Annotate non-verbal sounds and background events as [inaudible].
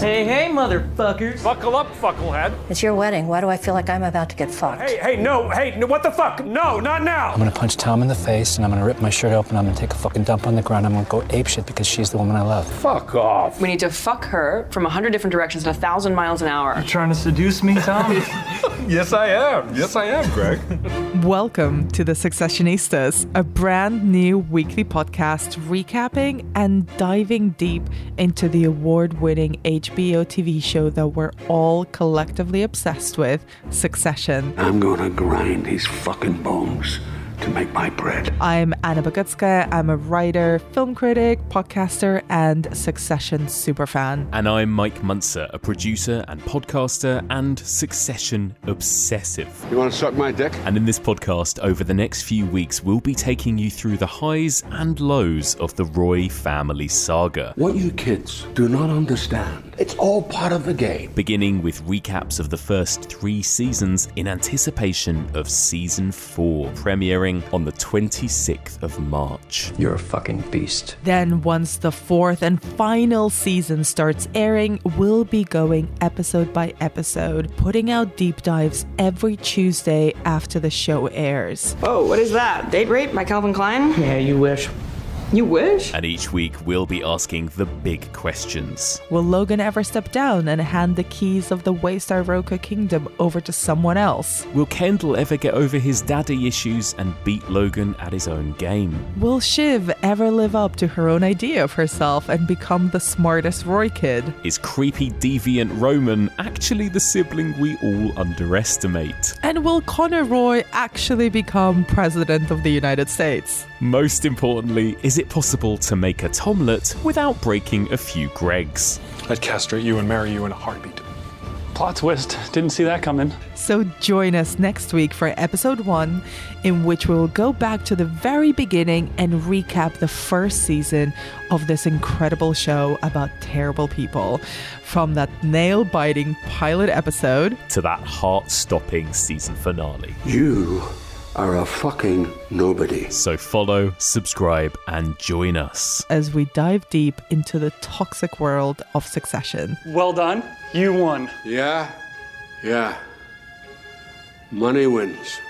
Hey, hey, motherfuckers. Buckle up, fucklehead. It's your wedding. Why do I feel like I'm about to get fucked? Hey, hey, no, hey, no, what the fuck? No, not now. I'm gonna punch Tom in the face and I'm gonna rip my shirt open. I'm gonna take a fucking dump on the ground. I'm gonna go ape shit because she's the woman I love. Fuck off. We need to fuck her from a hundred different directions at a thousand miles an hour. Trying to seduce me, Tom? Yes, I am. Yes, I am, Greg. Welcome to The Successionistas, a brand new weekly podcast recapping and diving deep into the award winning HBO TV show that we're all collectively obsessed with Succession. I'm gonna grind these fucking bones to make my bread. I'm Anna Bogutska. I'm a writer, film critic, podcaster, and Succession superfan. And I'm Mike Munzer, a producer and podcaster and succession obsessive. You wanna suck my dick? And in this podcast, over the next few weeks, we'll be taking you through the highs and lows of the Roy family saga, What you kids do not understand, it's all part of the game. beginning with recaps of the first three seasons in anticipation of season four, premiering on the 26th of March. You're a fucking beast. Then, once the fourth and final season starts airing, we'll be going episode by episode, putting out deep dives every Tuesday after the show airs. Whoa, Oh, what is that? Date rape by Calvin Klein? yeah, you wish. You wish? And each week, we'll be asking the big questions. Will Logan ever step down and hand the keys of the Waystar Roka Kingdom over to someone else? Will Kendall ever get over his daddy issues and beat Logan at his own game? Will Shiv ever live up to her own idea of herself and become the smartest Roy kid? Is creepy deviant Roman actually the sibling we all underestimate? And will Connor Roy actually become President of the United States? Most importantly, is it possible to make a tomlet without breaking a few Gregs? I'd castrate you and marry you in a heartbeat. [laughs] Plot twist. Didn't see that coming. So join us next week for episode one, in which we'll go back to the very beginning and recap the first season of this incredible show about terrible people. From that nail biting pilot episode, To that heart stopping season finale. You are a fucking nobody. So follow, subscribe, and join us. as we dive deep into the toxic world of succession. Well done. You won. Yeah, yeah. Money wins.